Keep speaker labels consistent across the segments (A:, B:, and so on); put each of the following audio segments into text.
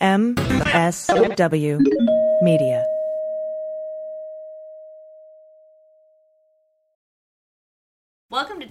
A: MSW Media.
B: Welcome to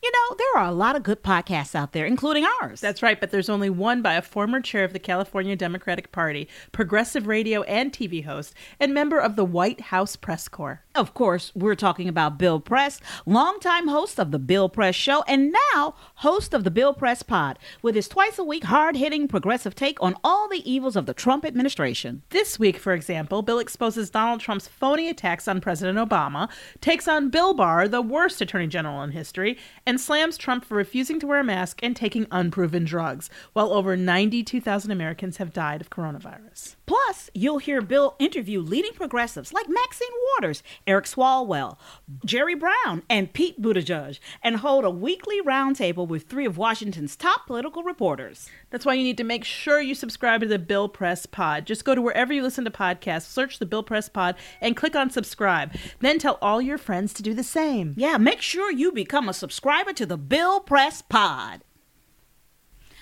C: You know, there are a lot of good podcasts out there, including ours.
D: That's right, but there's only one by a former chair of the California Democratic Party, progressive radio and TV host, and member of the White House Press Corps.
C: of course, we're talking about Bill Press, longtime host of The Bill Press Show, and now host of The Bill Press Pod, with his twice a week, hard hitting, progressive take on all the evils of the Trump administration.
D: This week, for example, Bill exposes Donald Trump's phony attacks on President Obama, takes on Bill Barr, the worst attorney general in history, and slams Trump for refusing to wear a mask and taking unproven drugs, while over 92,000 Americans have died of coronavirus.
C: Plus, you'll hear Bill interview leading progressives like Maxine Waters, Eric Swalwell, Jerry Brown, and Pete Buttigieg, and hold a weekly roundtable with three of Washington's top political reporters.
D: That's why you need to make sure you subscribe to the Bill Press Pod. Just go to wherever you listen to podcasts, search the Bill Press Pod, and click on subscribe. Then tell all your friends to do the same.
C: Yeah, make sure you become a subscriber to the Bill Press Pod.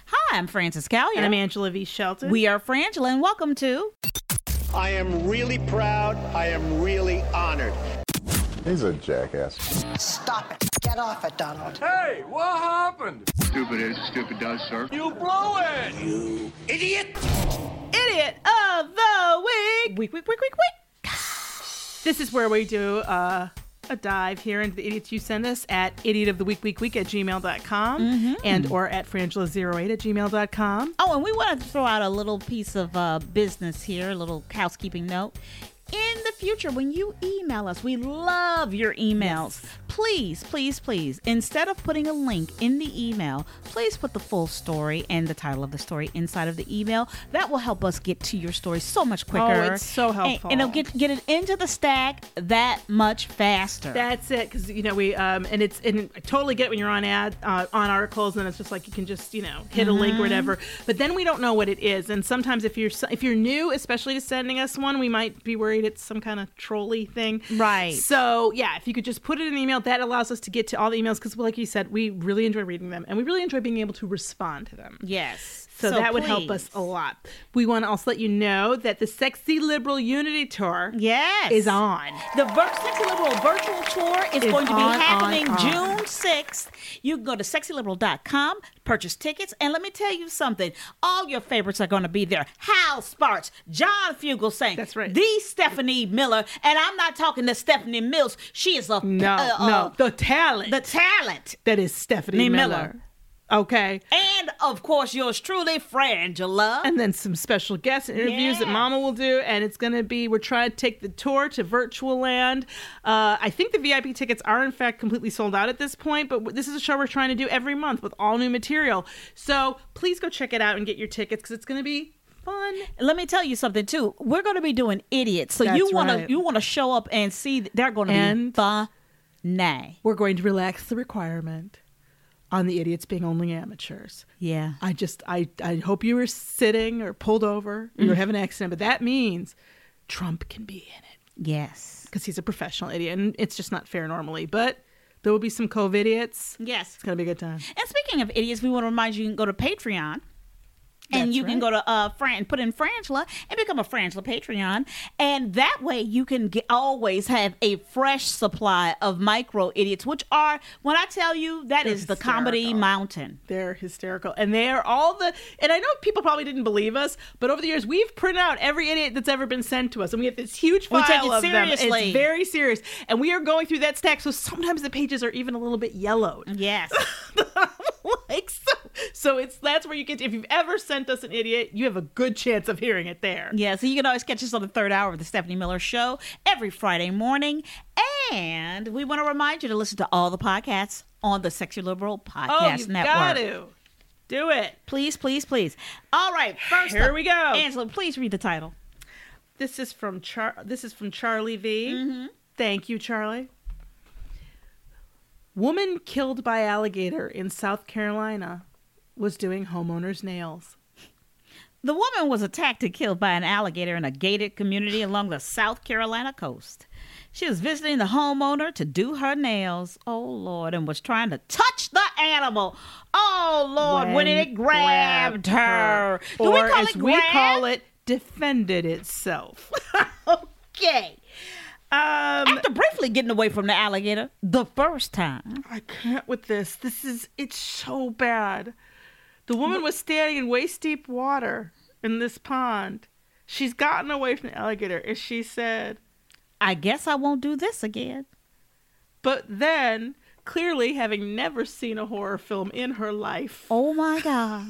C: Hi, I'm Frances Callier.
D: And I'm Angela V. Shelton.
C: We are Frangela, and welcome to
E: I am really proud. I am really honored.
F: He's a jackass.
G: Stop it. Get off it, Donald.
E: Hey, what happened?
H: Stupid is, stupid does, sir.
E: You blew it! You idiot!
D: Idiot of the Week. Week, week, week, week, week. This is where we do uh, a dive here into the idiots you send us at idiot of the week, week, week at gmail.com and or at frangela08 at gmail.com.
C: Mm-hmm. Oh, and we want to throw out a little piece of uh, business here, a little housekeeping note. In the future, when you email us, we love your emails. Please, please, please, instead of putting a link in the email, please put the full story and the title of the story inside of the email. That will help us get to your story so much quicker.
D: it's so
C: And-
D: helpful.
C: And, it'll get, get it into the stack that much faster.
D: That's it, because you know we um, and it's and I totally get when you're on ad uh, on articles and it's just like you can just you know hit a
C: Mm-hmm.
D: link or whatever, but then we don't know what it is, and sometimes if you're if you're new, especially to sending us one, we might be worried it's some kind of trolley thing,
C: Right.
D: So yeah, if you could just put it in an email, that allows us to get to all the emails because like you said, we really enjoy reading them and we really enjoy being able to respond to them.
C: yes.
D: So,
C: So
D: that would help us
C: please.
D: a lot. We want to also let you know that the Sexy Liberal Unity Tour
C: yes.
D: is on.
C: The Vir- Sexy Liberal Virtual Tour is
D: Is
C: going to be
D: on, on,
C: happening
D: on.
C: June 6th. You can go to sexyliberal.com, purchase tickets, and let me tell you something. All your favorites are going to be there. Hal Sparks, John Fugelsang. That's right. The Stephanie Miller. And I'm not talking to Stephanie Mills. She is a. uh,
D: No, no, the talent.
C: The talent.
D: That is Stephanie
C: Nee
D: Miller.
C: Miller.
D: Okay.
C: And of course, yours truly, Frangela.
D: And then some special guest interviews that Mama will do, and it's going to be we're trying to take the tour to virtual land. Uh, I think the VIP tickets are in fact completely sold out at this point, but w- this is a show we're trying to do every month with all new material. So please go check it out and get your tickets because it's going to be fun.
C: Let me tell you something too. We're going to be doing idiots, so you
D: That's
C: want
D: right.
C: to you want to show up and see th- they're going to
D: And-
C: be fun. Nay,
D: we're going to relax the requirement on the idiots being only amateurs.
C: Yeah.
D: I just I I hope you were sitting or pulled over, you were
C: Mhm.
D: having an accident, but that means Trump can be in it
C: Yes.
D: because he's a professional idiot, and it's just not fair normally. But there will be some COVID idiots.
C: Yes,
D: it's gonna be a good time.
C: And speaking of idiots, we want to remind you you can go to Patreon. And
D: That's
C: you
D: right.
C: can go to uh Fran put in Frangela and become a Frangela Patreon. And that way you can get, always have a fresh supply of micro idiots, which are when I tell you that is
D: They're
C: the comedy mountain.
D: They're hysterical, and they are all the. And I know people probably didn't believe us, but over the years we've printed out every idiot that's ever been sent to us, and we have this huge
C: We
D: file
C: take it
D: of them. It's
C: seriously.
D: very serious, and we are going through that stack. So sometimes the pages are even a little bit yellowed.
C: Yes.
D: like so, so it's that's where you get. If you've ever sent us an idiot, you have a good chance of hearing it there.
C: Yeah, so you can always catch us on the third hour of the Stephanie Miller Show every Friday morning. And we want to remind you to listen to all the podcasts on the Sexy Liberal Podcast
D: oh, you
C: Network.
D: got to do it.
C: Please, please, please. All right, first
D: Here
C: up,
D: we go.
C: Angela, please read the title.
D: This is from Char- this is from Charlie V.
C: Mm-hmm.
D: Thank you, Charlie. Woman killed by alligator in South Carolina was doing homeowner's nails.
C: The woman was attacked and killed by an alligator in a gated community along the South Carolina coast. She was visiting the homeowner to do her nails, oh Lord, and was trying to touch the animal. Oh Lord, when, it grabbed, her. Do we
D: or
C: call
D: as
C: it
D: we
C: grab?
D: call it, defended itself.
C: okay.
D: Um,
C: After briefly getting away from the alligator the first time,
D: I can't with this. This is it's so bad. The woman was standing in waist deep water in this pond. She's gotten away from the alligator, and she said,
C: I guess I won't do this again.
D: But then, clearly having never seen a horror film in her life,
C: Oh my God.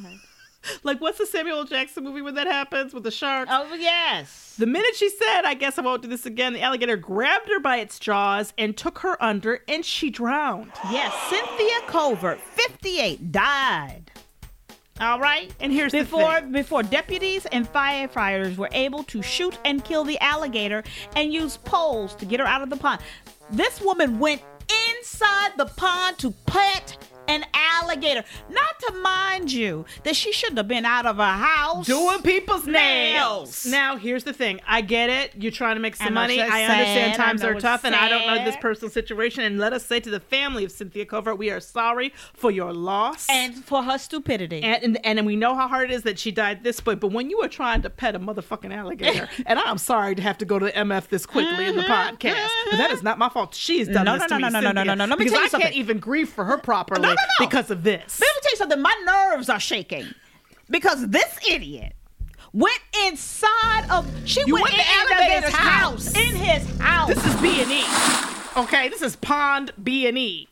D: like what's the Samuel L. Jackson movie when that happens with the shark?
C: oh, yes.
D: The minute she said, I guess I won't do this again, the alligator grabbed her by its jaws and took her under, and she drowned.
C: Yes, Cynthia Covert, 58, died. All right.
D: And here's the
C: before
D: thing.
C: before deputies and firefighters were able to shoot and kill the alligator and use poles to get her out of the pond. This woman went inside the pond to pet an alligator. Not to mind you that she shouldn't have been out of her house.
D: Doing people's nails.
C: Nails.
D: Now, here's the thing. I get it. You're trying to make
C: I
D: some
C: know
D: money.
C: it's
D: I understand
C: sad. I
D: times
C: know
D: are
C: it's
D: tough, and I don't know
C: sad.
D: this personal situation. And let us say to the family of Cynthia Covert, we are sorry for your loss.
C: and for her stupidity.
D: and, and and we know how hard it is that she died this way. But when you are trying to pet a motherfucking alligator, and I'm sorry to have to go to the MF this quickly in the podcast, but that is not my fault. She's done
C: Mm-hmm. No,
D: this
C: no,
D: to
C: no,
D: me,
C: no, no, no, no,
D: Cynthia,
C: no, no. Let me
D: because
C: tell you
D: I
C: something.
D: can't even grieve for her properly because of this.
C: Let me tell you something. My nerves are shaking because this idiot went inside of. She
D: You
C: went,
D: went
C: in
D: to
C: into
D: Alligator's
C: his house.
D: house.
C: In his house.
D: This is B and E. Okay, this is Pond B and E.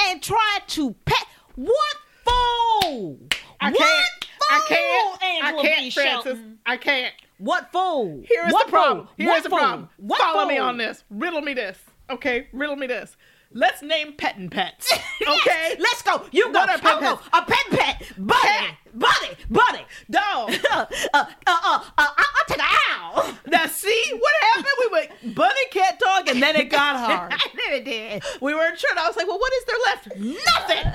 C: and tried to pet. What fool?
D: I
C: what
D: can't. I
C: fool,
D: can't.
C: Angela
D: I can't,
C: B.
D: Francis.
C: Shelton?
D: I can't.
C: What fool?
D: Here's
C: what
D: the problem.
C: Fool?
D: Here's
C: what
D: the
C: fool?
D: problem.
C: What
D: Follow me
C: fool?
D: on this. Riddle me this. Okay, riddle me this. Let's name petting pets.
C: Yes,
D: Okay,
C: let's go. You go.
D: What are
C: I
D: pet
C: don't know.
D: pets?
C: A pet pet. Buddy.
D: Cat.
C: Buddy. Buddy.
D: dog.
C: uh, uh, uh, uh, I'll, I'll take an owl.
D: Now see what happened? We went bunny cat dog and then it got hard.
C: it did.
D: We weren't sure. and I was like, well, what is there left?
C: Nothing.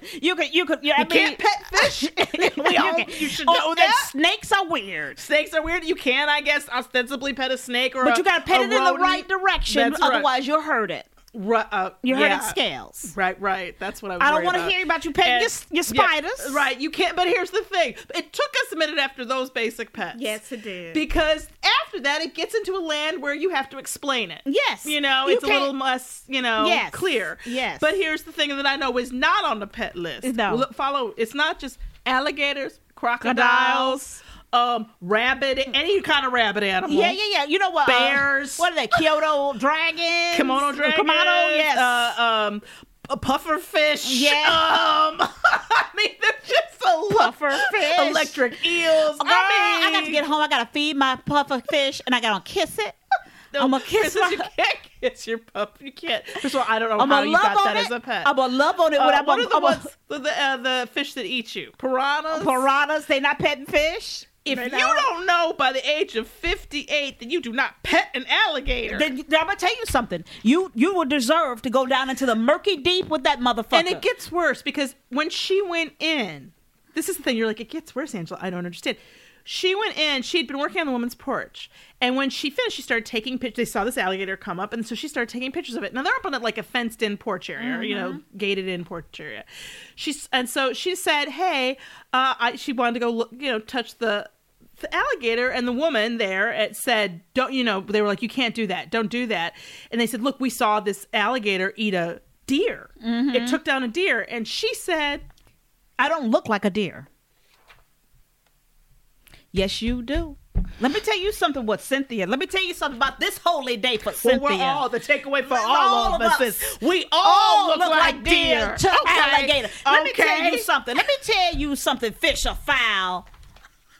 C: Nothing. You could. You could. You, I
D: You can't
C: mean-
D: pet fish. we
C: You
D: all,
C: can-
D: you should
C: Oh,
D: know
C: and
D: that.
C: snakes are weird.
D: Snakes are weird. You can, I guess, ostensibly pet a snake or a
C: But you gotta pet
D: a
C: it in the
D: rodent.
C: right direction,
D: That's right.
C: otherwise you'll hurt it.
D: Ru- uh,
C: You're
D: yeah.
C: hurting scales.
D: Right, right. That's what I was
C: I don't
D: want
C: wanna hear about you petting your s- your spiders.
D: right, you can't. But here's the thing it took us a minute after those basic pets.
C: Yes, it did.
D: Because after that, it gets into a land where you have to explain it.
C: Yes.
D: You know,
C: You
D: it's a
C: can't-
D: little less, you know,
C: Yes.
D: clear.
C: Yes.
D: But here's the thing that I know is not on the pet list.
C: No.
D: Look, follow, it's not just alligators, crocodiles, um, rabbit, any kind of rabbit animal.
C: Yeah, yeah, yeah. You know what? uh,
D: Bears.
C: what are they? Kyoto dragons. Uh,
D: Kimono dragon.
C: Kimono. Yes.
D: Uh, um, a puffer fish.
C: Yeah.
D: Um, I mean, they're just a lot.
C: puffer fish.
D: Electric eels.
C: Oh, man, I got to get home. I got to feed my puffer fish, and I got to kiss it. I'm gonna kiss
D: Princess,
C: my.
D: you can't kiss your pup. You can't. First of all, I don't know
C: I'm
D: how
C: gonna
D: you
C: love
D: got
C: on
D: that
C: it.
D: as a pet.
C: I'm gonna love on it. when
D: Uh,
C: I'm
D: what
C: a-
D: are the
C: I'm a-
D: ones, the, the, uh, the fish that eat you? Piranhas.
C: piranhas. They not petting fish.
D: If
C: They
D: you
C: not-
D: don't know by the age of fifty-eight that you do not pet an alligator,
C: Then, then I'm gonna tell you something. You you will deserve to go down into the murky deep with that motherfucker.
D: And it gets worse because when she went in, this is the thing. You're like, it gets worse, Angela. I don't understand. She went in. She had been working on the woman's porch, and when she finished, she started taking pictures. They saw this alligator come up, and so she started taking pictures of it. Now they're up on like a fenced-in porch area, or, you know, gated-in porch area. She's and so she said, "Hey, uh, I, she wanted to go look, you know, touch the the alligator and the woman there it said don't you know they were like you can't do that don't do that and they said look we saw this alligator eat a deer it took down a deer and she said
C: I don't look like a deer. Yes, you do. Let me tell you something about Cynthia. Let me tell you something about this holy day for
D: well,
C: Cynthia.
D: we're all the takeaway for
C: We're
D: all,
C: all
D: of
C: of
D: us
C: us.
D: is we all, look, like, deer,
C: to
D: Okay.
C: alligator. Let me tell
D: Okay.
C: you something. Let me tell you something, fish or fowl,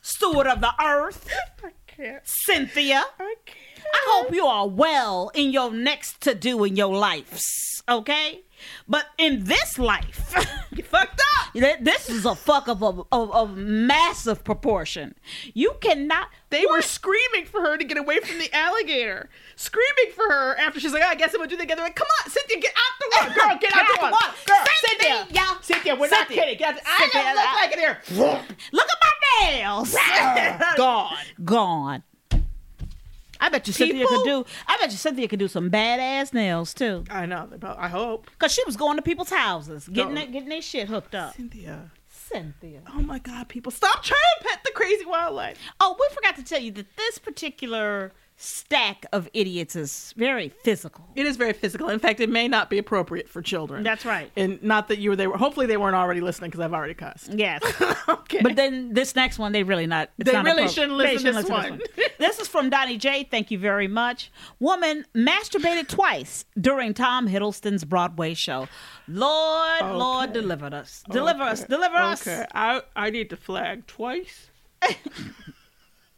C: steward of the earth,
D: I can't.
C: Cynthia.
D: I can't.
C: I hope you are well in your next to do in your lives, okay? But in this life, you fucked up. This is a fuck up of, of, of massive proportion. You cannot.
D: They were screaming for her to get away from the alligator. Screaming for her after she's like, I guess I'm gonna do that again. They're like, come on, Cynthia, get out the water. Girl, get out the
C: Come
D: water.
C: on.
D: Girl,
C: Cynthia.
D: Cynthia. Cynthia, we're not
C: Cynthia.
D: kidding. Get out the- I
C: Cynthia,
D: don't look like an deer.
C: Look at my nails.
D: Gone.
C: Gone. I bet you Cynthia
D: People-
C: could do. I bet you Cynthia could do some badass nails too,
D: I know. they prob- I hope.
C: cause she was going to people's houses, getting
D: No.
C: that, getting their shit hooked up.
D: Cynthia.
C: Cynthia.
D: Oh my God, people. Stop trying to pet the crazy wildlife.
C: Oh, we forgot to tell you that this particular stack of idiots is very physical.
D: It is very physical. In fact, it may not be appropriate for children.
C: That's right.
D: And not that you were, they were, hopefully they weren't already listening because I've already cussed.
C: Yes.
D: Okay.
C: But then this next one, they really not. it's
D: They
C: not
D: really
C: appropri-
D: shouldn't
C: they
D: listen to this one.
C: one. this is from Donnie J. Thank you very much. Woman masturbated twice during Tom Hiddleston's Broadway show. Lord, Lord, deliver us, deliver us, deliver us.
D: Okay, I, I need to flag twice.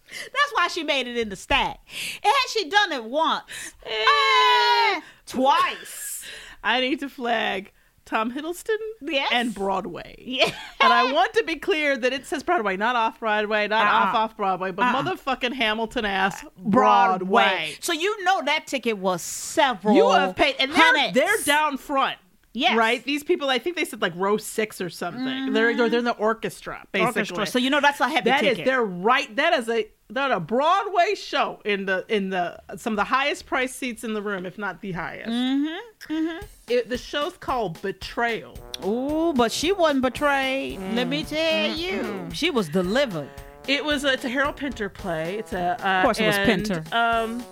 C: That's why she made it in the stack. And had she done it once, eh, twice.
D: I need to flag Tom Hiddleston
C: Yes.
D: and Broadway.
C: Yeah.
D: And I want to be clear that it says Broadway, not off Broadway, not
C: Uh-uh.
D: off off Broadway, but motherfucking Hamilton ass Broadway.
C: So you know that ticket was several.
D: You have paid, and they're,
C: hundreds.
D: they're down front.
C: Oh. Yes. Mm.
D: Right? These people, I think they said like row six or something. They're, they're they're in the orchestra, basically.
C: Orchestra. So you know that's a heavy
D: That is,
C: ticket.
D: they're right. That is a that a Broadway show in the in the some of the highest priced seats in the room, if not the highest. Mm-hmm. Mm-hmm. It, the show's called Betrayal.
C: Ooh, but she wasn't betrayed. Let me tell you, she was delivered.
D: It was a, it's a Harold Pinter play. It's a uh, of
C: course it was Pinter.
D: Um,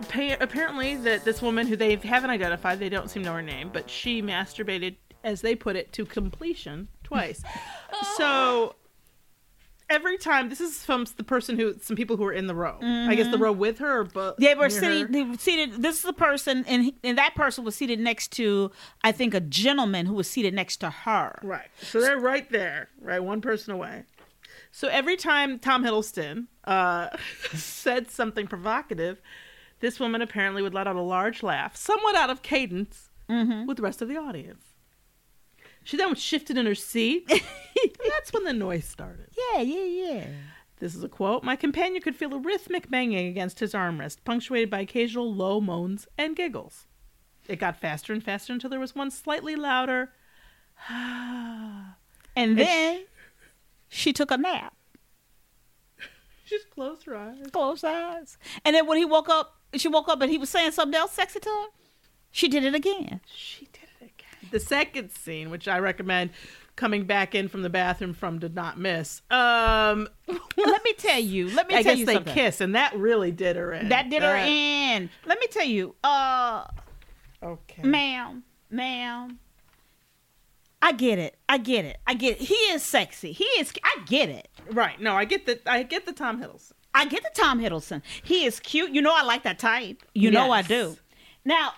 D: appa- apparently that this woman who they haven't identified, they don't seem to know her name, but she masturbated, as they put it, to completion twice. Oh. so every time, this is from the person who some people who were in the row. I guess the row with her, but
C: They were sitting, they were seated. This is the person, and he- and that person was seated next to, I think, a gentleman who was seated next to her.
D: Right. So they're right there, right? One person away. So every time Tom Hiddleston uh, said something provocative, this woman apparently would let out a large laugh, somewhat out of cadence with the rest of the audience. She then shifted in her seat, and that's when the noise started.
C: Yeah, yeah, yeah.
D: This is a quote. My companion could feel a rhythmic banging against his armrest, punctuated by occasional low moans and giggles. It got faster and faster until there was one slightly louder.
C: And then she took a nap.
D: Just close her eyes.
C: Close eyes. And then when he woke up, she woke up, and he was saying something else sexy to her. She did it again.
D: She did it again. The second scene, which I recommend coming back in from the bathroom from did not miss. Um,
C: let me tell you. Let me
D: I
C: tell
D: guess
C: you
D: they
C: something.
D: kiss, and that really did her in.
C: That did her
D: That-
C: in. Let me tell you, uh,
D: Okay.
C: ma'am, ma'am. I get it. I get it. I get it. He is sexy. He is. I get it.
D: Right. No, I get the. I get the Tom Hiddleston.
C: I get the Tom Hiddleston. He is cute. You know, I like that type. You know, I
D: Yes.
C: do. Now,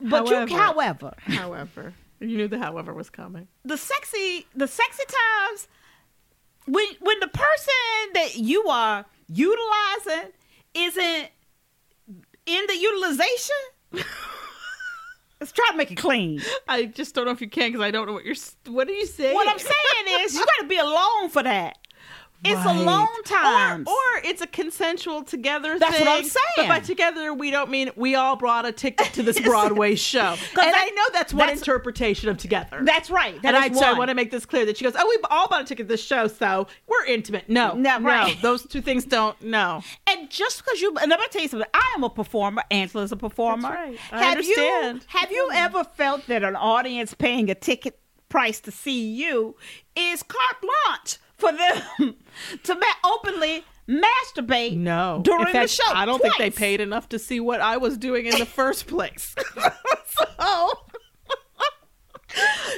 C: but you, however,
D: however, you knew the however was coming.
C: the sexy, the sexy times when when the person that you are utilizing isn't in the utilization. Let's try to make it clean.
D: I just don't know if you can because I don't know what you're. s- What are you saying?
C: What I'm saying is, you got to be alone for that. It's a long time.
D: Or, or it's a consensual together
C: That's
D: thing.
C: what I'm
D: But
C: saying.
D: by together, we don't mean we all brought a ticket to this Broadway show. And I,
C: that-
D: know that's one
C: that's-
D: interpretation of together.
C: That's right. That
D: and I,
C: is
D: so I
C: one.
D: want to make this clear that she goes, oh, we all bought a ticket to this show, so we're intimate. No,
C: No, right.
D: no, those two things don't. No,
C: And just because you, and I'm gonna tell you something. I am a performer. Angela's a performer.
D: That's right. I
C: have
D: understand. Mm-hmm.
C: you have you ever felt that an audience paying a ticket price to see you is carte blanche for them to ma- openly masturbate?
D: no. In
C: during
D: fact,
C: the show.
D: I don't think
C: twice?
D: they paid enough to see what I was doing in the first place.
C: Oh,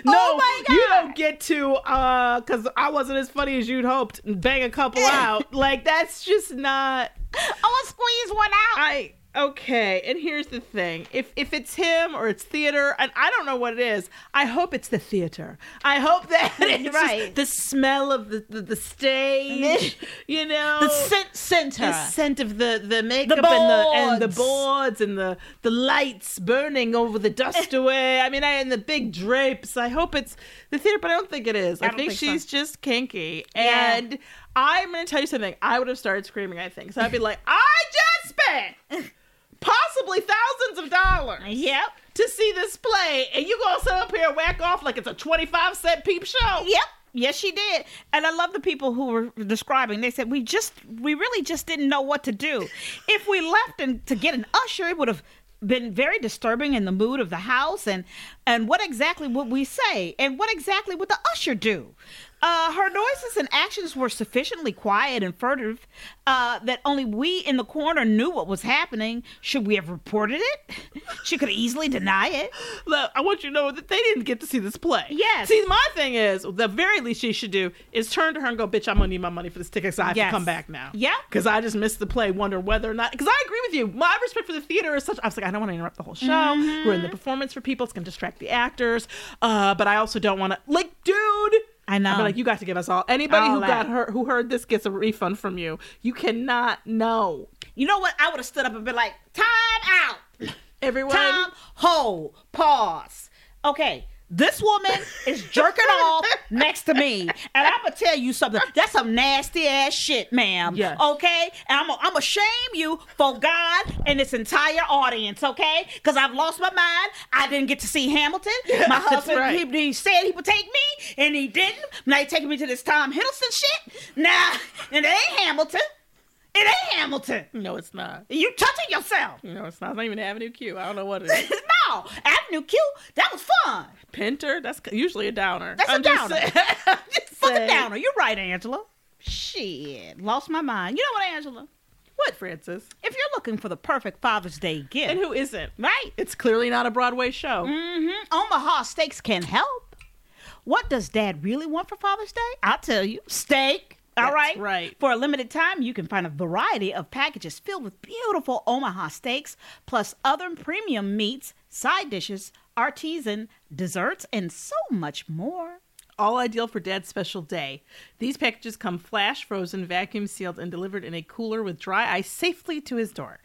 D: No,
C: Oh my
D: you
C: God.
D: don't get to uh because I wasn't as funny as you'd hoped. and Bang a couple out, like that's just not.
C: I want to squeeze one out.
D: I okay. And here's the thing: if if it's him or it's theater, and I don't know what it is, I hope it's the theater. I hope that it's just
C: Right.
D: the smell of the the, the stage, you know,
C: the scent center.
D: the scent of the the makeup
C: The
D: and the and the
C: boards.
D: boards and the the lights burning over the dust away. I mean, I and the big drapes. I hope it's the theater, but I don't think it is. I,
C: don't
D: think,
C: think so.
D: she's just kinky.
C: Yeah.
D: And I'm gonna tell you something. I would have started screaming. I think so. I'd be like, I just spent possibly thousands of dollars
C: yep.
D: to see this play, and you gonna sit up here and whack off like it's a twenty five cent peep show.
C: Yep. Yes, she did. And I love the people who were describing. They said we just we really just didn't know what to do. If we left and to get an usher, it would have been very disturbing in the mood of the house and and what exactly would we say and what exactly would the usher do uh, her noises and actions were sufficiently quiet and furtive uh, that only we in the corner knew what was happening should we have reported it she could easily deny it
D: Look, I want you to know that they didn't get to see this play.
C: Yes.
D: See, my thing is, the very least she should do is turn to her and go, "Bitch, I'm gonna need my money for this ticket, so I have
C: Yes.
D: to come back now."
C: Yep.
D: Because I just missed the play. Wonder whether or not. Because I agree with you. My respect for the theater is such. I was like, I don't want to interrupt the whole show.
C: Mm-hmm.
D: We're in the performance for people. It's gonna distract the actors. Uh, but I also don't want to. Like, dude.
C: I know.
D: I'd be like, you got to give us all. Anybody
C: All
D: who
C: that.
D: got her, who heard this gets a refund from you. You cannot know.
C: you know what i would have stood up and been like time out
D: Everyone.
C: Time, hold, pause. Okay, this woman is jerking off next to me, and I'm gonna tell you something. That's some nasty ass shit, ma'am.
D: Yes.
C: Okay, and I'm gonna I'm gonna shame you for God and this entire audience. Okay, because I've lost my mind. I didn't get to see Hamilton. My husband,
D: right.
C: he, he said he would take me, and he didn't. Now he's taking me to this Tom Hiddleston shit. Now, and it ain't Hamilton. It ain't Hamilton.
D: No, it's not.
C: You touching yourself.
D: No, it's not. It's not even Avenue Q. I don't know what it is.
C: no, Avenue Q, that was fun.
D: Pinter? That's usually a downer.
C: That's a
D: I'm just
C: downer.
D: saying- just
C: Fuck a
D: saying.
C: downer. You're right, Angela. Shit, lost my mind. You know what, Angela?
D: What, Francis?
C: If you're looking for the perfect Father's Day gift,
D: And who isn't?
C: right?
D: It's clearly not a Broadway show.
C: Mm-hmm. Omaha steaks can help. What does Dad really want for Father's Day? I'll tell you, steak. All
D: That's
C: right.
D: right.
C: For a limited time, you can find a variety of packages filled with beautiful Omaha steaks, plus other premium meats, side dishes, artisan desserts, and so much more.
D: All ideal for Dad's special day. These packages come flash frozen, vacuum sealed, and delivered in a cooler with dry ice safely to his door.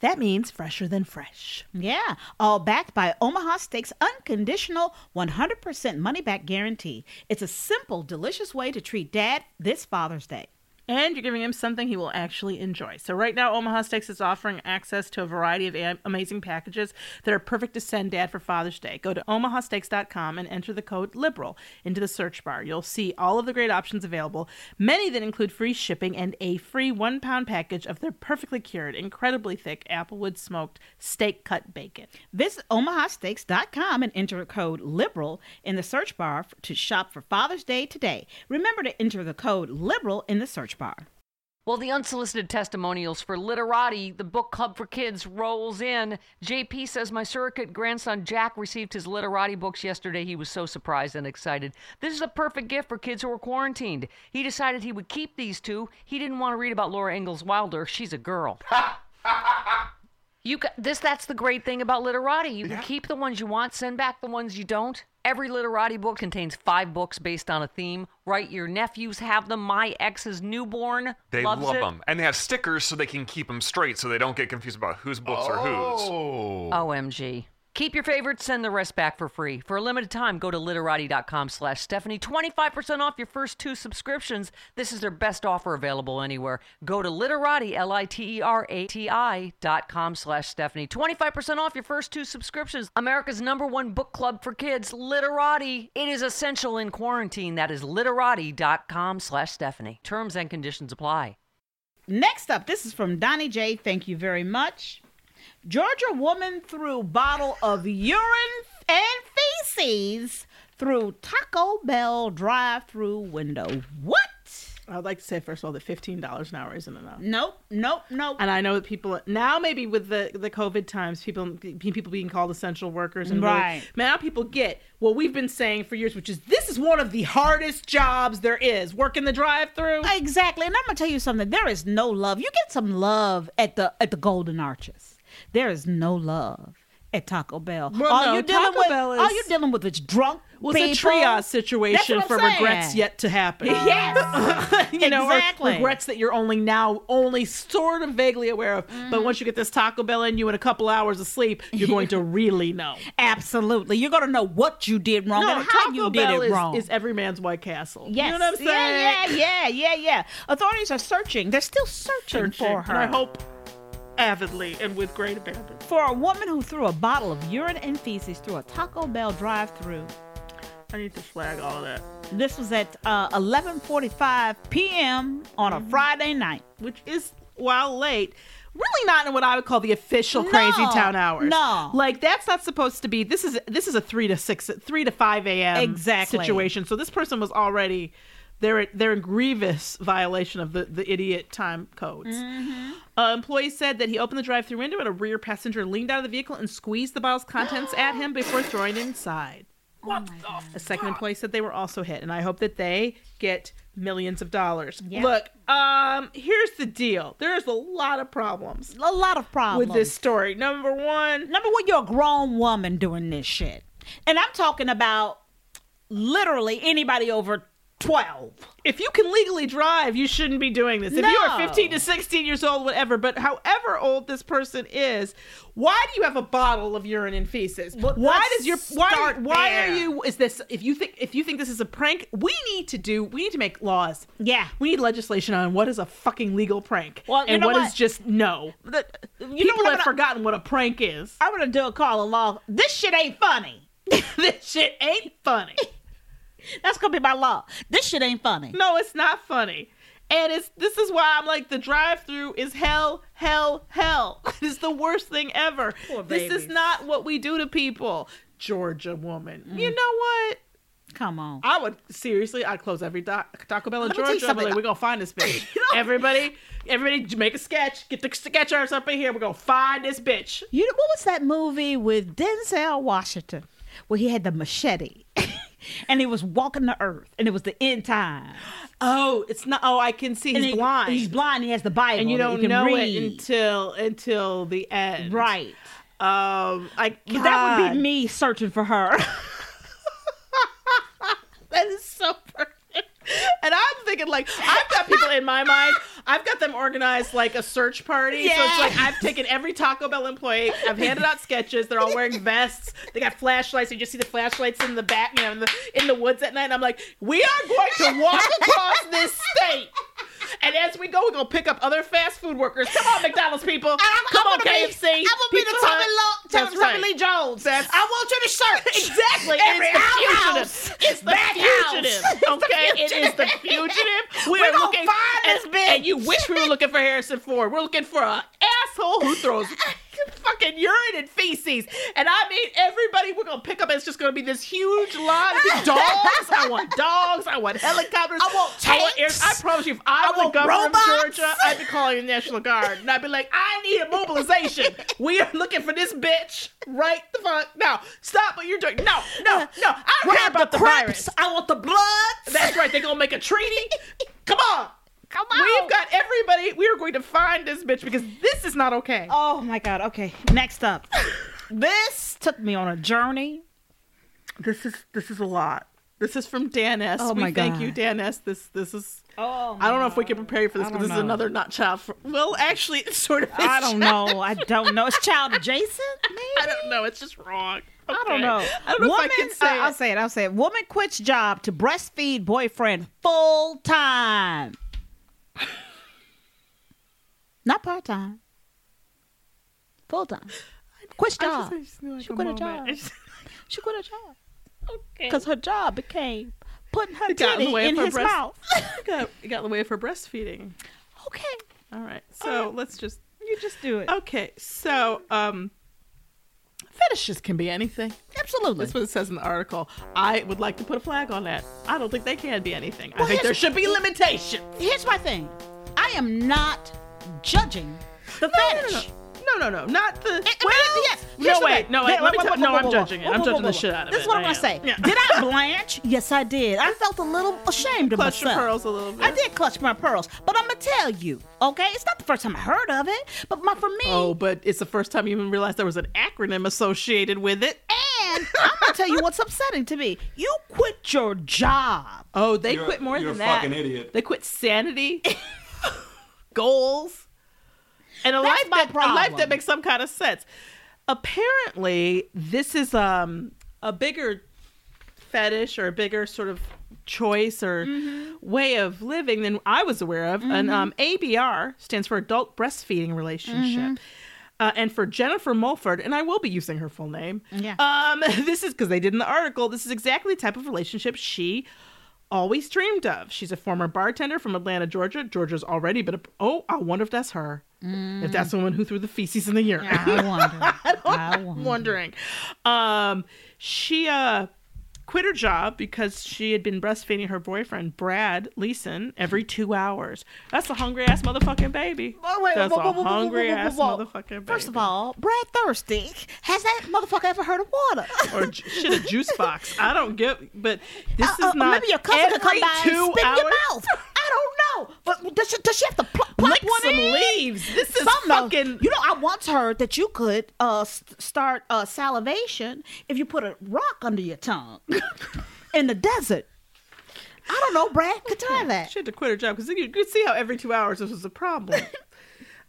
D: That means fresher than fresh.
C: Yeah, all backed by Omaha Steaks' unconditional 100% money back guarantee. It's a simple, delicious way to treat dad this Father's Day.
D: and you're giving him something he will actually enjoy. So, right now, Omaha Steaks is offering access to a variety of am- amazing packages that are perfect to send dad for Father's Day. Go to omahasteaks.com and enter the code LIBERAL into the search bar. You'll see all of the great options available, many that include free shipping and a free one pound package of their perfectly cured, incredibly thick applewood smoked steak cut bacon.
C: Visit omahasteaks.com and enter code LIBERAL in the search bar f- to shop for Father's Day today. Remember to enter the code LIBERAL in the search bar.
I: Well, the unsolicited testimonials for Literati, the book club for kids, rolls in. JP says my surrogate grandson Jack received his Literati books yesterday. He was so surprised and excited. This is a perfect gift for kids who are quarantined. He decided he would keep these two. He didn't want to read about Laura Ingalls Wilder. She's a girl. you ca- this that's the great thing about Literati. You can keep the ones you want, send back the ones you don't. Every Literati book contains five books based on a theme. Right, your nephews have them. My ex's newborn
J: They
I: loves
J: love
I: it.
J: them, and they have stickers so they can keep them straight, so they don't get confused about whose books are whose.
I: OMG. Keep your favorites, send the rest back for free. For a limited time, go to literati.com slash Stephanie. 25% off your first two subscriptions. This is their best offer available anywhere. Go to literati, E L-I-T-E-R-A-T-I dot com slash Stephanie. 25% off your first two subscriptions. America's number one book club for kids, Literati. It is essential in quarantine. That is literati.com slash Stephanie. Terms and conditions apply.
C: Next up, this is from Donnie J. Thank you very much. Georgia woman threw bottle of urine and feces through Taco Bell drive-through window. What?
D: I'd like to say first of all that fifteen dollars an hour isn't enough.
C: Nope, nope, nope.
D: And I know that people now maybe with the the COVID times, people people being called essential workers and really-
C: Right.
D: now people get what we've been saying for years, which is this is one of the hardest jobs there is, working the drive-through.
C: Exactly. And I'm gonna tell you something. There is no love. You get some love at the at the Golden Arches. There is no love at Taco Bell.
D: Well,
C: all
D: no,
C: you're dealing
D: Taco
C: with,
D: Bell
C: all
D: is-
C: you're dealing with is drunk
D: Well,
C: people.
D: it's a triage
C: That's
D: situation
C: what I'm
D: for
C: saying.
D: regrets yet to happen.
C: Yes.
D: you know, or
C: Exactly.
D: regrets that you're only now only sort of vaguely aware of.
C: Mm-hmm.
D: But once you get this Taco Bell in you and a couple hours of sleep, you're going to really know.
C: Absolutely. You're going to know what you did wrong
D: No,
C: and how
D: Taco
C: you did
D: Bell
C: it
D: is-
C: wrong.
D: is every man's White Castle.
C: Yes.
D: You know what I'm
C: Yeah,
D: saying?
C: yeah, yeah, yeah, yeah. Authorities are searching. They're still searching, for her.
D: And I hope avidly and with great abandon.
C: For a woman who threw a bottle of urine and feces through a Taco Bell drive-through.
D: I need to flag all of that.
C: This was at uh, 11:45 p.m. on a
D: Mm-hmm.
C: Friday night.
D: Which is while late, really not in what I would call the official crazy town hours.
C: no.
D: like that's not supposed to be. This is this is a three to six, three to five a.m.
C: Exactly.
D: situation. So this person was already they're they're in grievous violation of the the idiot time codes.
C: Mm-hmm.
D: Uh, employee said that he opened the drive-through window and a rear passenger leaned out of the vehicle and squeezed the bottle's contents at him before throwing it inside. What the A second employee said they were also hit, and I hope that they get millions of dollars.
C: Yeah.
D: Look, um, here's the deal. There's a lot of problems
C: A lot of problems
D: with this story. Number one,
C: Number one, you're a grown woman doing this shit, and I'm talking about literally anybody over 12.
D: if you can legally drive, you shouldn't be doing this. If you are
C: No.
D: 15 to 16 years old, whatever, but however old this person is, why do you have a bottle of urine and feces? why
C: let's
D: does your why
C: start
D: why are
C: there.
D: you is this if you think if you think this is a prank, we need to do we need to make laws.
C: Yeah.
D: We need legislation on what is a fucking legal prank
C: Well, you
D: and
C: know
D: what is
C: what?
D: just no.
C: You know
D: People
C: what?
D: have
C: I-
D: forgotten what a prank is.
C: I'm gonna do a call along. This shit ain't funny.
D: this shit ain't funny.
C: That's gonna be my law. This shit ain't funny.
D: No, it's not funny. And it's this is why I'm like the drive-through is hell, hell, hell. It's the worst thing ever. this is
C: babies.
D: not what we do to people. Mm. Georgia woman. You know what?
C: Come on.
D: I would seriously, I'd close every doc, Taco Bell in
C: Let me tell you
D: Georgia. I'd be like,
C: something.
D: we're gonna find this bitch. everybody, everybody, j- make a sketch. Get the sketch artists up in here. We're gonna find this bitch.
C: You know, what was that movie with Denzel Washington where he had the machete and he was walking the earth and it was the end time.
D: Oh, it's not. Oh, I can see
C: And
D: he's
C: he-
D: blind.
C: He's blind. He has the Bible.
D: and you
C: that
D: don't
C: can
D: know
C: read.
D: it until until the end,
C: right.
D: Um, I
C: But that would
D: God.
C: be me searching for her.
D: That is so perfect. And I'm thinking, like, I've got people in my mind, I've got them organized like a search party. So it's like I've taken every Taco Bell employee, I've handed out sketches, they're all wearing vests, they got flashlights, you just see the flashlights in the back, you know, in the, in the woods at night. And I'm like, we are going to walk across this state And as we go, we're gonna pick up other fast food workers. Come on, McDonald's people.
K: I'm-
D: Come
K: I'm
D: on,
K: gonna be-
D: KFC.
K: I'm gonna be the
D: Pizza
K: Tommy
D: Hut.
K: Lo- Tommy-
D: That's
K: Tommy
D: right.
K: Lee Jones.
D: That's-
K: I want you to search
D: Exactly.
K: every
D: it's the
K: outhouse.
D: fugitive. It's the
K: Back house.
D: fugitive.
K: It's the
D: Okay, it is the fugitive. We
K: We're
D: are
K: gonna
D: looking
K: find
D: and,
K: this bitch.
D: And you wish we were looking for Harrison Ford. We're looking for an asshole who throws fucking urine and feces. And I mean, everybody we're gonna pick up. It's just gonna be this huge line. of people. Dogs. I want dogs. I want helicopters. I want
K: tanks.
D: I promise you, if I, was
K: want
D: the governor
K: robots.
D: of Georgia, I'd be calling the National Guard, and I'd be like, I need a mobilization. we are looking for this bitch right the fuck now. Stop what you're doing. No, no, no. I don't care about the, virus. I want the blood. That's right. They're gonna make a treaty. Come on. Come on. We've got everybody. We are going to find this bitch because this is not okay.
C: Oh my god. Okay. Next up. this took me on a journey.
D: This is this is a lot. This is from Dan S.
C: Oh
D: we
C: my
D: thank
C: God.
D: you, Dan S. This this is.
C: Oh.
D: I don't know if we can prepare you for this,
C: I
D: but
C: don't
D: this is
C: know.
D: another not child. For, well, actually, it's sort of. is
C: I don't
D: child-
C: know. I don't know. It's child adjacent.
D: I don't know. It's just wrong.
C: I don't
D: Okay.
C: know.
D: I don't know
C: Woman,
D: if I can say
C: uh, I'll
D: it.
C: say it. I'll say it. Woman quits job to breastfeed boyfriend full time. Not part time. Full time. Quit
D: I just-
C: job.
D: I just need, like,
C: she
D: a
C: quit her
D: moment.
C: job.
D: I just-
C: She quit her job.
D: Okay.
C: Because her job became putting her
D: It got in the
C: titty
D: way of
C: in
D: her
C: his
D: breast-
C: mouth.
D: It got, it got in the way of her breastfeeding.
C: Okay.
D: All right. So let's just.
C: You just do it.
D: Okay. So um, fetishes can be anything.
C: Absolutely.
D: That's what it says in the article. I would like to put a flag on that. I don't think they can be anything. I
C: Well,
D: think
C: here's-
D: there should be limitations.
C: Here's my thing. I am not judging the fetish.
D: No, no, no, not the.
C: It-
D: well,
C: well, yes.
D: No,
C: here's the
D: wait,
C: thing.
D: no,
C: Yeah,
D: wait, let me
C: whoa,
D: tell-
C: whoa,
D: no,
C: whoa,
D: I'm
C: whoa,
D: judging it.
C: whoa,
D: I'm
C: whoa,
D: judging
C: whoa,
D: the shit
C: whoa.
D: out of
C: This
D: it.
C: is what I'm
D: I
C: gonna say.
D: am. Yeah.
C: Did I blanch? Yes, I did. I felt a little ashamed of
D: Clutch your
C: myself.
D: pearls a little bit.
C: I did clutch my pearls, but I'm gonna tell you, okay? It's not the first time I heard of it, but my, for me,
D: Oh, but it's the first time you even realized there was an acronym associated with it.
C: and I'm gonna tell you what's upsetting to me. You quit your job.
D: Oh, they
L: You're-
D: quit more
L: you're
D: than
L: a
D: that.
L: fucking idiot.
D: They quit sanity, goals, and a
C: That's
D: life
C: my
D: that a life
C: problem.
D: that makes some kind of sense. Apparently, this is um a bigger fetish or a bigger sort of choice or
C: Mm-hmm.
D: way of living than I was aware of. And um, ABR stands for Adult Breastfeeding Relationship.
C: Mm-hmm.
D: Uh, and for Jennifer Mulford, and I will be using her full name.
C: Yeah.
D: Um, this is because they did in the article. This is exactly the type of relationship she always dreamed of. She's a former bartender from Atlanta, Georgia. Georgia's already been a. Oh, I wonder if that's her. If that's the one who threw the feces in the urine.
C: I wonder. I
D: I'm
C: wonder.
D: wondering. Um, she uh, quit her job because she had been breastfeeding her boyfriend Brad Leeson every two hours. That's a hungry ass motherfucking baby.
C: Oh, wait,
D: That's
C: whoa, whoa, whoa, whoa,
D: a
C: whoa, whoa,
D: hungry
C: whoa,
D: ass
C: whoa.
D: motherfucking baby.
C: First of all, Brad Thirsty, has that motherfucker ever heard of water?
D: or ju- shit, a juice box. I don't get, but this
C: Uh, uh,
D: is not
C: maybe your cousin could come
D: every
C: by
D: two
C: and spit in
D: hours.
C: your mouth. I don't know. But does she, does she have to pluck, pluck
D: Lick
C: one
D: some
C: in?
D: leaves. This is
C: Some know.
D: fucking.
C: You know, I once heard that you could uh, st- start uh, salivation if you put a rock under your tongue in the desert. I don't know, Brad. Could try that.
D: She had to quit her job because you could see how every two hours this was a problem.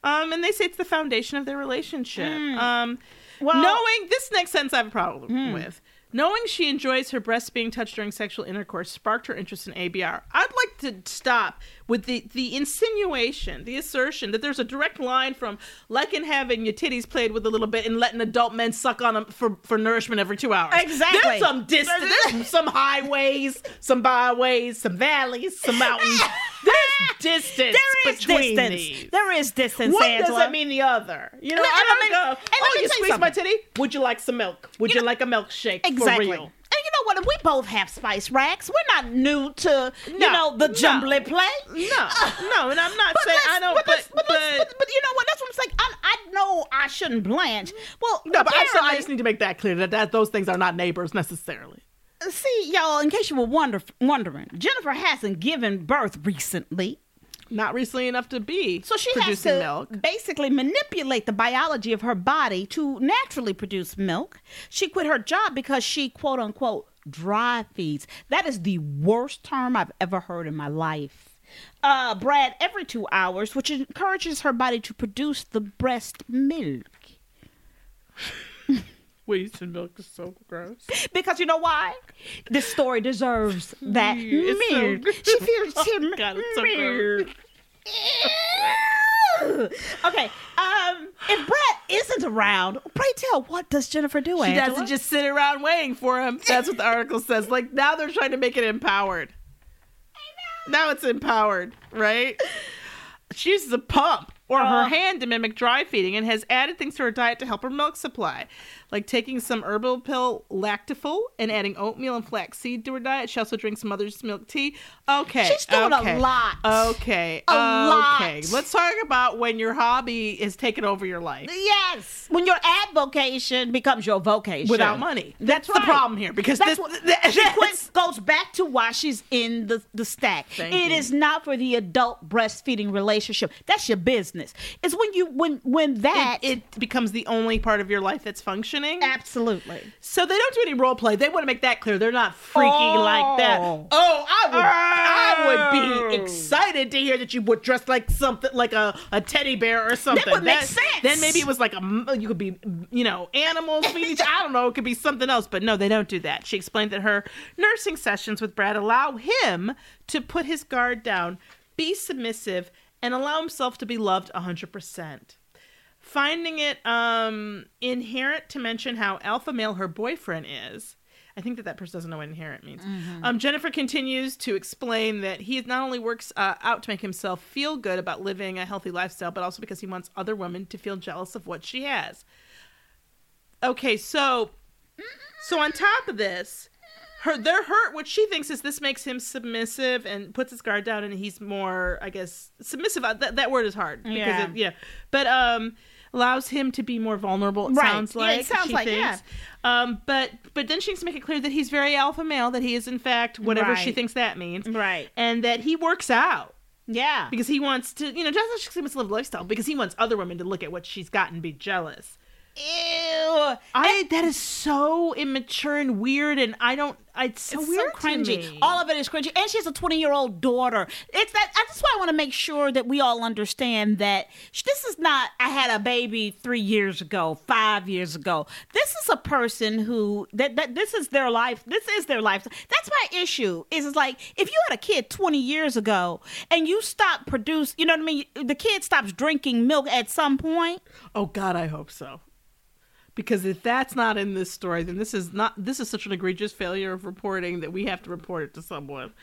D: um, and they say it's the foundation of their relationship. Um, Hmm.
C: Well-
D: knowing this next sentence, I have a problem with. Knowing she enjoys her breasts being touched during sexual intercourse sparked her interest in ABR. I'd like to stop with the, the insinuation, the assertion that there's a direct line from liking having your titties played with a little bit and letting adult men suck on them for, for nourishment every two hours.
C: Exactly.
D: There's some distance, there's some highways, some byways, some valleys, some mountains. There's distance
C: There is
D: between
C: distance.
D: these.
C: There is distance,
D: One
C: Angela.
D: doesn't mean the other. You know,
C: And
D: I don't
C: let- and let
D: go,
C: me- and let
D: oh, you
C: me tell you
D: squeeze my
C: something.
D: titty? Would you like some milk? Would you,
C: know-
D: like a milkshake
C: Exactly.
D: for real?
C: And you know what? We both have spice racks. We're not new to you
D: No,
C: know the
D: no.
C: jumbly play.
D: No, no, and I'm not
C: But
D: saying I
C: let's-
D: know,
C: but,
D: but
C: let's- but, let's-
D: but-
C: but- but you know what? That's what I'm saying. I, I know I shouldn't blanch. Well,
D: no, but I, said, I
C: apparently-
D: just need to make that clear that, that those things are not neighbors necessarily.
C: see y'all. In case you were wonder, wondering, Jennifer hasn't given birth recently.
D: Not recently enough to be
C: So she
D: producing
C: has to
D: milk.
C: basically manipulate the biology of her body to naturally produce milk. She quit her job because she quote unquote dry feeds. That is the worst term I've ever heard in my life. Uh, Brad every two hours, which encourages her body to produce the breast milk.
D: Wasted milk is so gross.
C: Because you know why? This story deserves that
D: It's so Oh,
C: milk.
D: gross.
C: she fears him.
D: God, it's so gross.
C: okay. Um, if Brett isn't around, pray tell, what does Jennifer do?
D: She
C: Angela?
D: doesn't just sit around waiting for him. That's what the article says. Like now they're trying to make it empowered. Now it's empowered, right? She uses a pump or her
C: Uh.
D: hand to mimic dry feeding and has added things to her diet to help her milk supply, like taking some herbal pill lactifol and adding oatmeal and flaxseed to her diet. She also drinks mother's milk tea. Okay,
C: She's doing a
D: okay,
C: lot.
D: Okay, okay.
C: A lot.
D: Let's talk about when your hobby is taken over your life.
C: Yes, when your advocation becomes your vocation
D: Without money.
C: That's, the
D: problem here, because
C: that's
D: this-
C: what she quits, goes back to why she's in the the stack. It
D: Thank
C: is
D: you.
C: not for the adult breastfeeding relationship. That's your business. It's when you when when that
D: it, it becomes the only part of your life that's functioning.
C: Absolutely.
D: So they don't do any role play. They want to make that clear. They're not freaky like that.
C: Oh.
D: Oh, I would, I would be excited to hear that you would dress like something like a, a teddy bear or something.
C: would make sense.
D: Then maybe it was like a m- you could be you know animals. feeding each- I don't know. It could be something else. But no, they don't do that. She explained that her nursing sessions with Brad allow him to put his guard down, be submissive, and allow himself to be loved hundred percent finding it um inherent to mention how alpha male her boyfriend is. I think that that person doesn't know what inherent means.
C: Mhm.
D: Um, Jennifer continues to explain that he not only works uh, out to make himself feel good about living a healthy lifestyle, but also because he wants other women to feel jealous of what she has. Okay, so so on top of this, her they're hurt. What she thinks is this makes him submissive and puts his guard down, and he's more, I guess, submissive. Uh, That that word is hard because
C: Yeah.
D: it, yeah, but um, allows him to be more vulnerable. It
C: Right.
D: sounds
C: Yeah,
D: like
C: it sounds
D: she
C: like, yeah.
D: thinks. Um, but but then she needs to make it clear that he's very alpha male. That he is in fact whatever she
C: Right.
D: thinks that means,
C: right,
D: and that he works out.
C: Yeah,
D: because he wants to, you know, just as she wants to live a lifestyle because he wants other women to look at what she's got and be jealous.
C: Ew.
D: I that is so immature and weird, and I don't. I, it's so
C: It's
D: weird
C: so cringy.
D: To me. Oh,
C: All of it is cringy, and she has a twenty-year-old daughter. It's that. That's why I want to make sure that we all understand that sh- this is not. I had a baby three years ago, five years ago. This is a person who that that this is their life. This is their life. That's my issue. Is it's like if you had a kid twenty years ago and you stop produce, you know what I mean. The kid stops drinking milk at some point.
D: Oh God, I hope so. because if that's not in this story, then this is not. This is such an egregious failure of reporting that we have to report it to someone.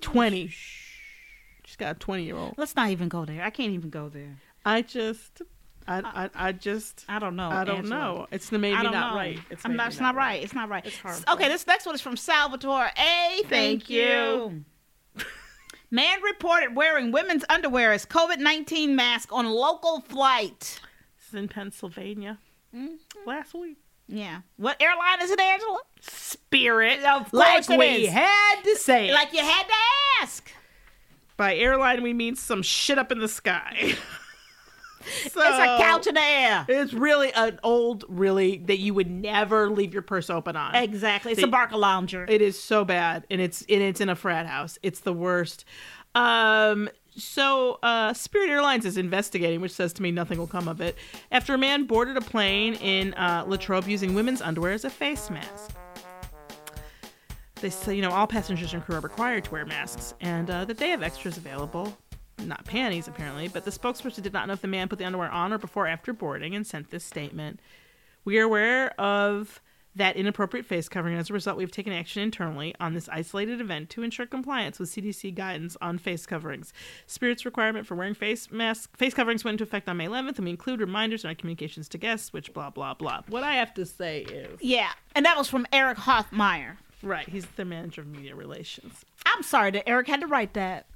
D: Twenty. She's got a twenty-year-old.
C: Let's not even go there. I can't even go there.
D: I just, I, I, I just.
C: I don't know.
D: I don't
C: Angela.
D: know. It's maybe
C: I don't
D: not
C: know.
D: right. It's
C: I'm
D: maybe
C: not, it's
D: not
C: not right. It's not right. It's
D: harmful.
C: Okay, this next one is from Salvatore A. Thank, you. Man reported wearing women's underwear as COVID 19 mask on local flight.
D: This is in Pennsylvania. Last week.
C: Yeah. What airline is it, Angela?
D: Spirit. Of
C: course
D: like
C: it
D: we
C: is.
D: had to say it.
C: Like you had to ask.
D: By airline, we mean some shit up in the sky. So-
C: it's a couch in the air.
D: It's really an old, really that you would never leave your purse open on.
C: Exactly. It's
D: They-
C: a Barca lounger.
D: It is so bad, and it's and it's in a frat house. It's the worst. Um, so uh, Spirit Airlines is investigating, which says to me nothing will come of it. After a man boarded a plane in uh, Latrobe using women's underwear as a face mask. They say you know all passengers and crew are required to wear masks, and uh, that they have extras available. Not panties, apparently, but the spokesperson did not know if the man put the underwear on or before or after boarding and sent this statement. We are aware of that inappropriate face covering, and as a result, we've taken action internally on this isolated event to ensure compliance with CDC guidance on face coverings. Spirit's requirement for wearing face masks, face coverings went into effect on May 11th, and we include reminders in our communications to guests, which blah blah blah. What I have to say is,
C: Yeah. And that was from Eric Hoffmeyer.
D: right? He's the manager of media relations,
C: I'm sorry that Eric had to write that.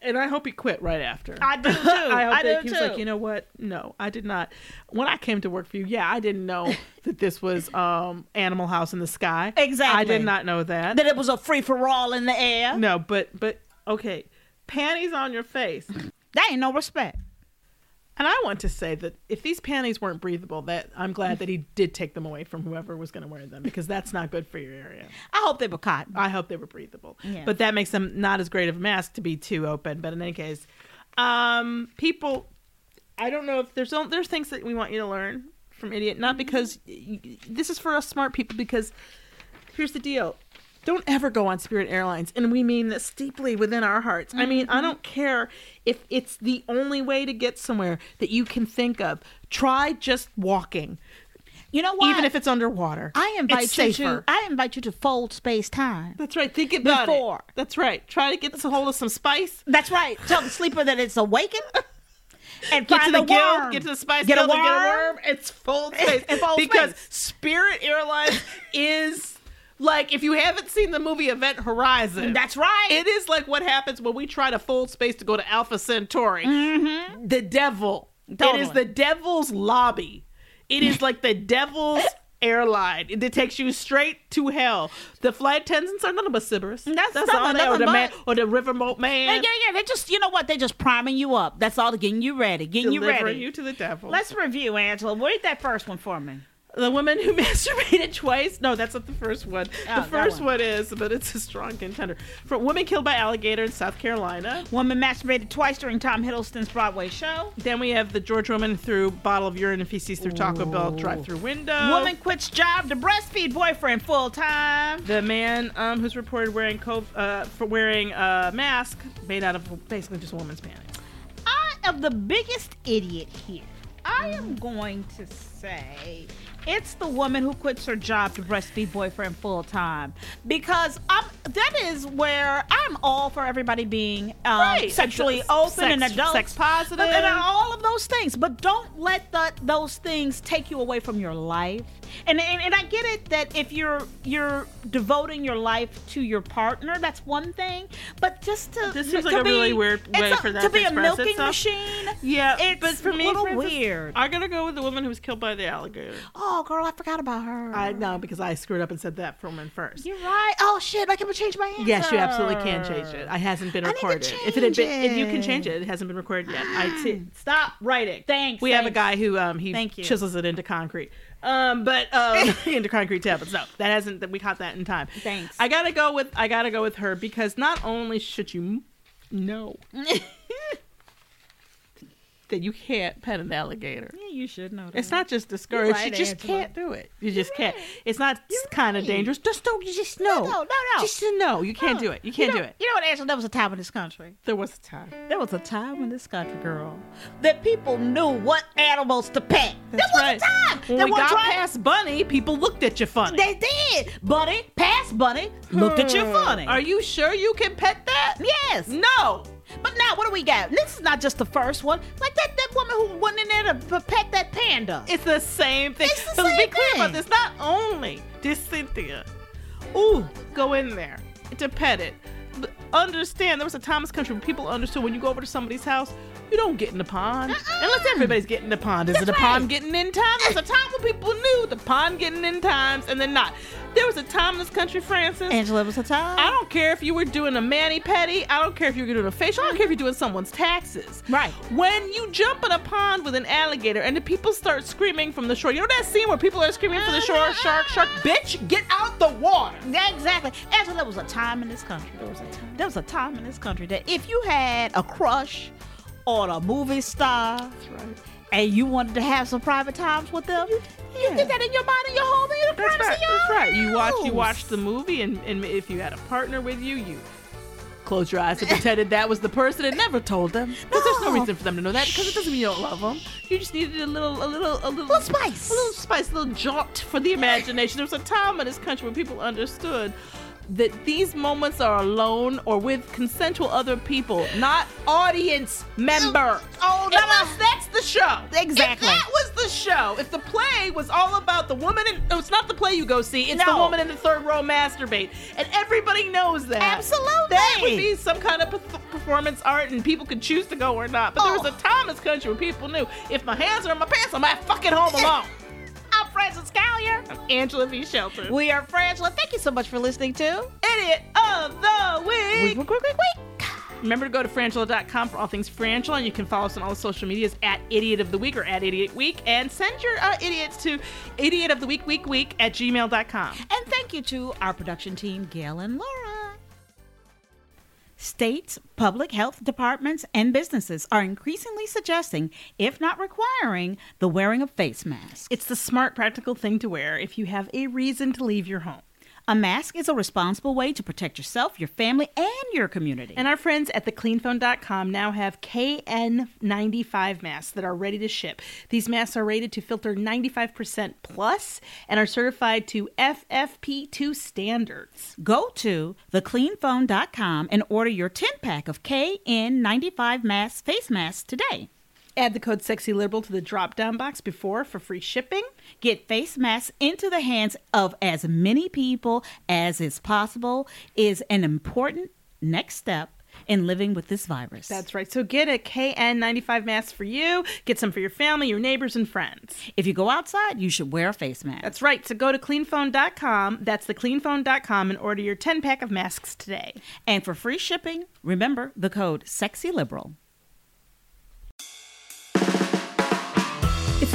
D: and I hope he quit right after.
C: I do too.
D: I hope
C: I
D: that
C: do
D: he was
C: too.
D: like, you know what? No, I did not. When I came to work for you, yeah, I didn't know that this was um Animal House in the Sky. I
C: Exactly.
D: did not know that.
C: that it was a free for all in the air.
D: No, but but okay, panties on your face. And
C: That ain't no respect.
D: I want to say that if these panties weren't breathable, that I'm glad that he did take them away from whoever was going to wear them because that's not good for your area.
C: I hope they were cotton.
D: I hope they were breathable.
C: Yeah.
D: But that makes them not as great of a mask to be too open. But in any case, um, people, I don't know if there's don't, there's things that we want you to learn
C: Mm-hmm.
D: from idiot. Not because y- y- this is for us smart people. Because here's the deal: Don't ever go on Spirit Airlines. And we mean this deeply within our hearts. I mean,
C: Mm-hmm.
D: I don't care if it's the only way to get somewhere that you can think of. Try just walking.
C: You know what?
D: Even if it's underwater.
C: I invite
D: It's
C: you
D: safer.
C: to I invite you to fold space time.
D: That's right. Think about it.
C: Before.
D: That's right. Try to get a hold of some spice.
C: That's right. Tell the sleeper that it's awakened. And
D: Get to
C: find
D: the
C: a
D: guild,
C: worm.
D: get to the spice
C: Get a
D: guild, and get a
C: worm.
D: worm. It's full space.
C: It's full
D: because
C: space.
D: Spirit Airlines is like if you haven't seen the movie Event Horizon.
C: That's right.
D: It is like what happens when we try to fold space to go to Alpha Centauri. The devil. It is
C: Mm-hmm. Totally.
D: the devil's lobby. It is like the devil's airline. It, it takes you straight to hell. The flight attendants are none of us Sybaris.
C: That's
D: all
C: nothing-
D: they are. Or the
C: nothing
D: man, or the riverboat man.
C: Yeah, yeah, yeah. They just, you know what? They're just priming you up. That's all. They're getting you ready. Getting you
D: Delivering
C: ready.
D: you to the devil.
C: Let's review, Angela. Read that first one for me.
D: The woman who masturbated twice. No, that's not the first one.
C: Oh,
D: the
C: that
D: first
C: one.
D: one. is, but it's a strong contender. For woman killed by alligator in South Carolina.
C: Woman masturbated twice during Tom Hiddleston's Broadway show.
D: Then we have the George woman threw bottle of urine and feces through Taco Bell drive-through window.
C: Woman quits job to breastfeed boyfriend full time.
D: The man um, who's reported wearing co- uh, for wearing a mask made out of basically just a woman's panties.
C: I am the biggest idiot here. I am going to say it's the woman who quits her job to breastfeed boyfriend full time because um that is where I'm all for everybody being um,
D: Right.
C: sexually
D: Sex-
C: open
D: sex-
C: and adult,
D: sex positive.
C: and, and all of those things. But don't let the, those things take you away from your life. And, and and I get it that if you're you're devoting your life to your partner, that's one thing. But just to
D: This seems
C: to
D: like a
C: be-
D: really weird
C: it's
D: way
C: a-
D: for that
C: to
D: to
C: be a
D: express
C: milking
D: itself.
C: machine.
D: Yeah,
C: it's
D: but for me,
C: a little
D: for instance,
C: weird.
D: I'm gonna go with the woman who was killed by the alligator.
C: oh, girl, I forgot about her.
D: I know because I screwed up and said that woman first.
C: You're right. Oh shit, I can change my answer.
D: Yes, you absolutely can change it. I hasn't been
C: I need to
D: recorded. if it had been,
C: change
D: if you can change
C: it.
D: it, it hasn't been recorded yet. I see. Ah. Stop writing.
C: Thanks,
D: We have a
C: thanks.
D: guy who um he
C: Thank you.
D: chisels it into concrete. Um, but um into concrete tablets. No, that hasn't. That we caught that in time.
C: Thanks.
D: I gotta go with I gotta go with her because not only should you m- know that you can't pet an alligator.
C: Yeah, you should know.
D: It's not just discouraged.
C: right,
D: you just
C: Angela.
D: can't do it. You just can't. It's not kind of dangerous. Just don't. You just know.
C: No, no, no.
D: Just to know. You can't do it. You can't
C: know,
D: do it.
C: You know what, Angela? There was a time in this country.
D: There was a time.
C: There was a time in this country, girl, that people knew what animals to pet.
D: That's
C: there was
D: right.
C: a time.
D: When
C: that
D: we
C: one
D: got
C: time-
D: past Bunny, people looked at you funny.
C: They did. Bunny, past Bunny, looked at you
D: Hmm.
C: funny.
D: Are you sure you can pet that?
C: Yes.
D: No.
C: But now, what do we got? This is not just the first one. Like that, that woman who went in there to p- pet that panda.
D: It's the same thing.
C: It's the
D: So let's
C: same
D: be clear
C: thing.
D: about this. Not only did Cynthia, ooh, go in there to pet it. But understand, there was a time in this country where people understood when you go over to somebody's house, you don't get in the pond. Unless everybody's getting in the pond. Is it a pond getting in time? There's a time when people knew the pond getting in times and then not. There was a time in this country, Francis.
C: Angela was a time.
D: I don't care if you were doing a mani petty. I don't care if you were doing a facial. I don't care if you're doing someone's taxes.
C: Right.
D: When you jump in a pond with an alligator and the people start screaming from the shore, you know that scene where people are screaming from the shore, shark, shark, bitch, get out the water.
C: Yeah, exactly. Angela, there was a time in this country. There was a time. There was a time in this country that if you had a crush on a movie star and you wanted to have some private times with them, you, did that in your mind in your home in the
D: That's right.
C: privacy of your
D: That's
C: own
D: right. You watch. You watch
C: house.
D: the movie, and, and if you had a partner with you, you closed your eyes and pretended that was the person and never told them because there's no
C: No.
D: reason for them to know that because it doesn't mean you don't love them. You just needed a little, a little, a little,
C: Little spice.
D: a little spice, a little jaunt for the imagination. There was a time in this country when people understood. That these moments are alone or with consensual other people, not audience member.
C: Oh, no,
D: Unless that's the show.
C: Exactly.
D: If that was the show, if the play was all about the woman in oh, it's not the play you go see, it's the
C: No.
D: woman in the third row masturbate. And everybody knows that.
C: Absolutely.
D: That would be some kind of perf- performance art and people could choose to go or not. But there was
C: Oh.
D: a time in this country where people knew if my hands are in my pants, I'm at fucking home alone.
C: I'm Francis Callier.
D: Angela V. Shelton.
C: We are Frangela. Thank you so much for listening to
D: Idiot of the Week.
C: Week, Week, Week, Week, Week.
D: Remember to go to frangela.com for all things Frangela, and you can follow us on all the social medias at Idiot of the Week or at Idiot Week, and send your uh, idiots to Idiot of the Week Week Week at gmail.com.
C: And thank you to our production team, Gail and Laura. States, public health departments, and businesses are increasingly suggesting, if not requiring, the wearing of face masks.
D: It's the smart, practical thing to wear if you have a reason to leave your home.
C: A mask is a responsible way to protect yourself, your family, and your community.
D: And our friends at thecleanphone.com now have KN95 masks that are ready to ship. These masks are rated to filter 95% plus and are certified to FFP2 standards.
C: Go to thecleanphone.com and order your 10 pack of KN95 masks, face masks today.
D: Add the code SEXYLIBERAL to the drop down box before for free shipping.
C: Get face masks into the hands of as many people as is possible is an important next step in living with this virus.
D: That's right. So get a KN95 mask for you. Get some for your family, your neighbors, and friends.
C: If you go outside, you should wear a face mask.
D: That's right. So go to cleanphone.com. That's the cleanphone.com and order your 10 pack of masks today.
C: And for free shipping, remember the code SEXYLIBERAL.
L: It's